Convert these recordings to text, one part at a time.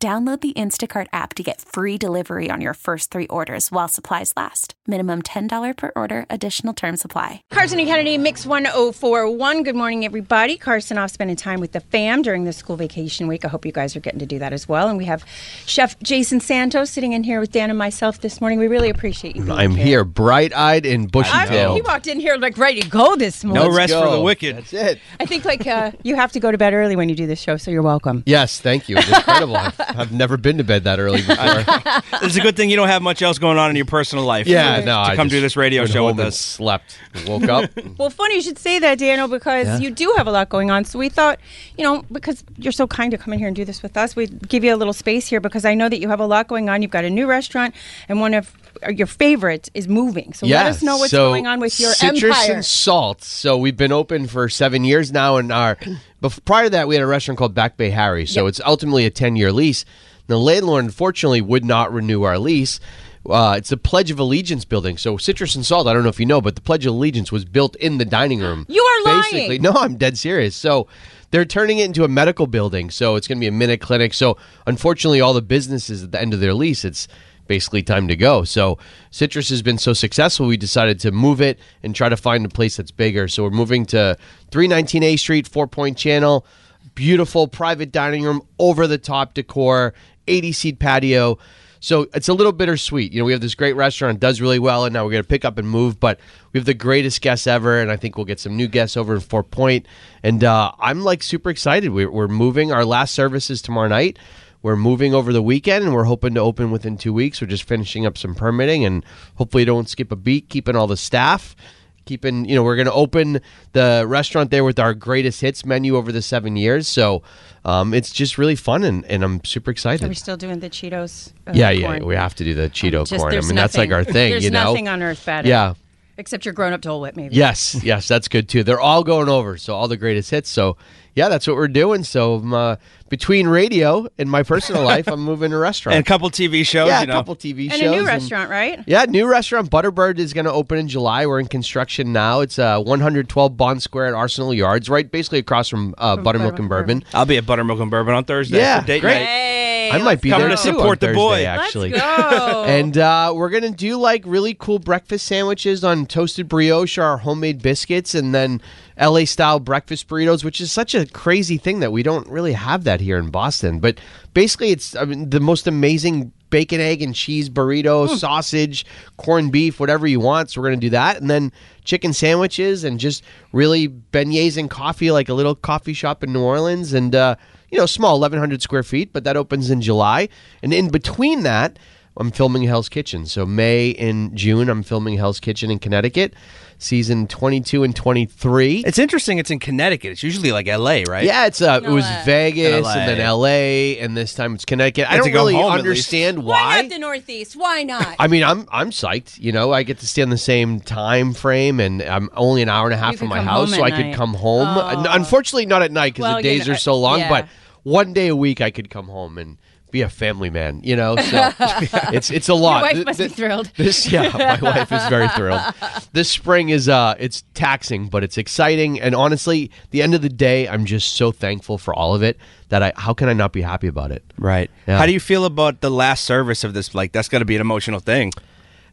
Download the Instacart app to get free delivery on your first three orders while supplies last. Minimum $10 per order, additional term supply. Carson and Kennedy, Mix 1041. Good morning, everybody. Carson off spending time with the fam during the school vacation week. I hope you guys are getting to do that as well. And we have Chef Jason Santos sitting in here with Dan and myself this morning. We really appreciate you. being I'm here, bright eyed and bushy I mean, he tailed. walked in here like ready to go this morning. No rest for the wicked. That's it. I think like uh, you have to go to bed early when you do this show, so you're welcome. Yes, thank you. It's incredible. I've, I've never been to bed that early before. It's a good thing you don't have much else going on in your personal life. yeah, no. to I come do just this radio went show home with and us. Slept, woke up. Well, funny you should say that, Daniel, because you do have a lot going on. So we thought, you know, because you're so kind to come in here and do this with us, we give you a little space here because I know that you have a lot going on. You've got a new restaurant, and one of uh, your favorites is moving. So yeah. let us know what's so going on with your citrus empire. and salt. So we've been open for seven years now, and our bef- prior to that we had a restaurant called Back Bay Harry. So it's ultimately a ten-year lease. The landlord unfortunately would not renew our lease. Uh, it's the Pledge of Allegiance building. So citrus and salt. I don't know if you know, but the Pledge of Allegiance was built in the dining room. You are lying. Basically, No, I'm dead serious. So they're turning it into a medical building. So it's going to be a minute clinic. So unfortunately, all the businesses at the end of their lease, it's basically time to go. So Citrus has been so successful, we decided to move it and try to find a place that's bigger. So we're moving to 319 A Street, Four Point Channel. Beautiful private dining room, over the top decor, 80 seat patio. So it's a little bittersweet. You know, we have this great restaurant, does really well, and now we're going to pick up and move. But we have the greatest guests ever, and I think we'll get some new guests over in Fort Point. And uh, I'm like super excited. We're, we're moving. Our last service is tomorrow night. We're moving over the weekend, and we're hoping to open within two weeks. We're just finishing up some permitting, and hopefully don't skip a beat, keeping all the staff keeping you know we're going to open the restaurant there with our greatest hits menu over the seven years so um, it's just really fun and, and i'm super excited We're still doing the Cheetos. uh, yeah, yeah, corn. we have to do the Cheeto Just- corn. I there's mean, that's like nothing- our thing, There's you know. nothing on earth better. Yeah. Except your grown up Dole Whip, maybe. Yes, yes, that's good too. They're all going over, so all the greatest hits. So, yeah, that's what we're doing. So, um, uh, between radio and my personal life, I'm moving to restaurant. And a couple TV shows, yeah, you know. a couple TV And shows. a new restaurant, right? Yeah, new restaurant Butterbird is going to open in July. We're in construction now. It's uh, 112 Bond Square at Arsenal Yards, right, basically across from, uh, Buttermilk and Bourbon. I'll be at Buttermilk and Bourbon on Thursday. Yeah, for date great. night. Hey, I might be Coming there to too on support the Thursday, boy. Let's Actually, Let's go. and uh, we're gonna do like really cool breakfast sandwiches on toasted brioche or our homemade biscuits, and then LA style breakfast burritos, which is such a crazy thing that we don't really have that here in Boston. But basically, it's I mean, the most amazing bacon, egg, and cheese burrito, sausage, corned beef, whatever you want. So we're gonna do that, and then chicken sandwiches, and just really beignets and coffee, like a little coffee shop in New Orleans, and. Uh, you know, small, 1,100 square feet, but that opens in July. And in between that, I'm filming Hell's Kitchen. So May and June, I'm filming Hell's Kitchen in Connecticut, season 22 and 23. It's interesting. It's in Connecticut. It's usually like L.A., right? yeah, it's uh, it was Vegas LA. and then L.A. and this time it's Connecticut. I Get to don't go really home at least. understand Why why. not the Northeast? Why not? I mean, I'm I'm psyched. You know, I get to stay in the same time frame, and I'm only an hour and a half You from could my come house, home so at I could night. Oh. come home. Un- Unfortunately, not at night because Well, the you days know, are so long. yeah. But one day a week, I could come home and be a family man. You know, so it's it's a lot. wife Th- must th- be thrilled. This, yeah, my wife is very thrilled. This spring is uh, it's taxing, but it's exciting, and honestly, the end of the day, I'm just so thankful for all of it. That I, how can I not be happy about it? Right. Yeah. How do you feel about the last service of this? Like, that's got to be an emotional thing.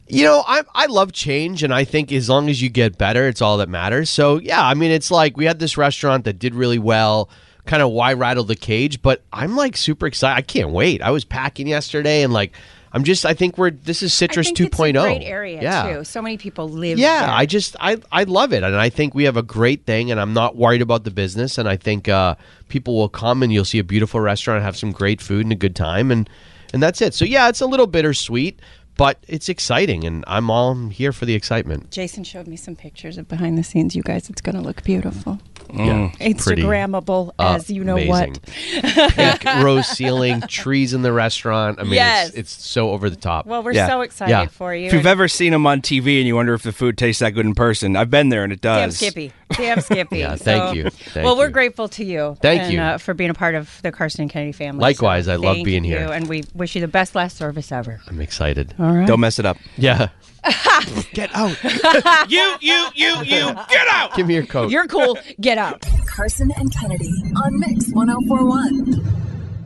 You know, I I love change, and I think as long as you get better, it's all that matters. So yeah, I mean, it's like we had this restaurant that did really well. Kind of why rattle the cage? But I'm like super excited. I can't wait. I was packing yesterday, and like I'm just. I think we're this is I citrus think 2.0. It's a great area yeah. too. So many people live. Yeah, there. I just I I love it, and I think we have a great thing, and I'm not worried about the business, and I think uh, people will come, and you'll see a beautiful restaurant, have some great food, and a good time, and and that's it. So yeah, it's a little bittersweet, but it's exciting, and I'm all here for the excitement. Jason showed me some pictures of behind the scenes. You guys, it's going to look beautiful. Yeah, it's pretty Instagrammable as you know what. amazing. Pink rose ceiling, trees in the restaurant. I mean, Yes. it's, it's so over the top. Well, we're Yeah. so excited Yeah. for you. If you've and- ever seen them on TV and you wonder if the food tastes that good in person, I've been there and it Damn does. Skippy. Damn Skippy. Uh, Yeah, thank you. Thank well, we're you. grateful to you. Thank and, you. Uh, for being a part of the Carson and Kennedy family. Likewise, I love thank being here. you, And we wish you the best last service ever. I'm excited. Don't mess it up. Yeah. Get out. you, you, you, you, get out. Give me your coat. You're cool. Get out. Carson and Kennedy on Mix 1041.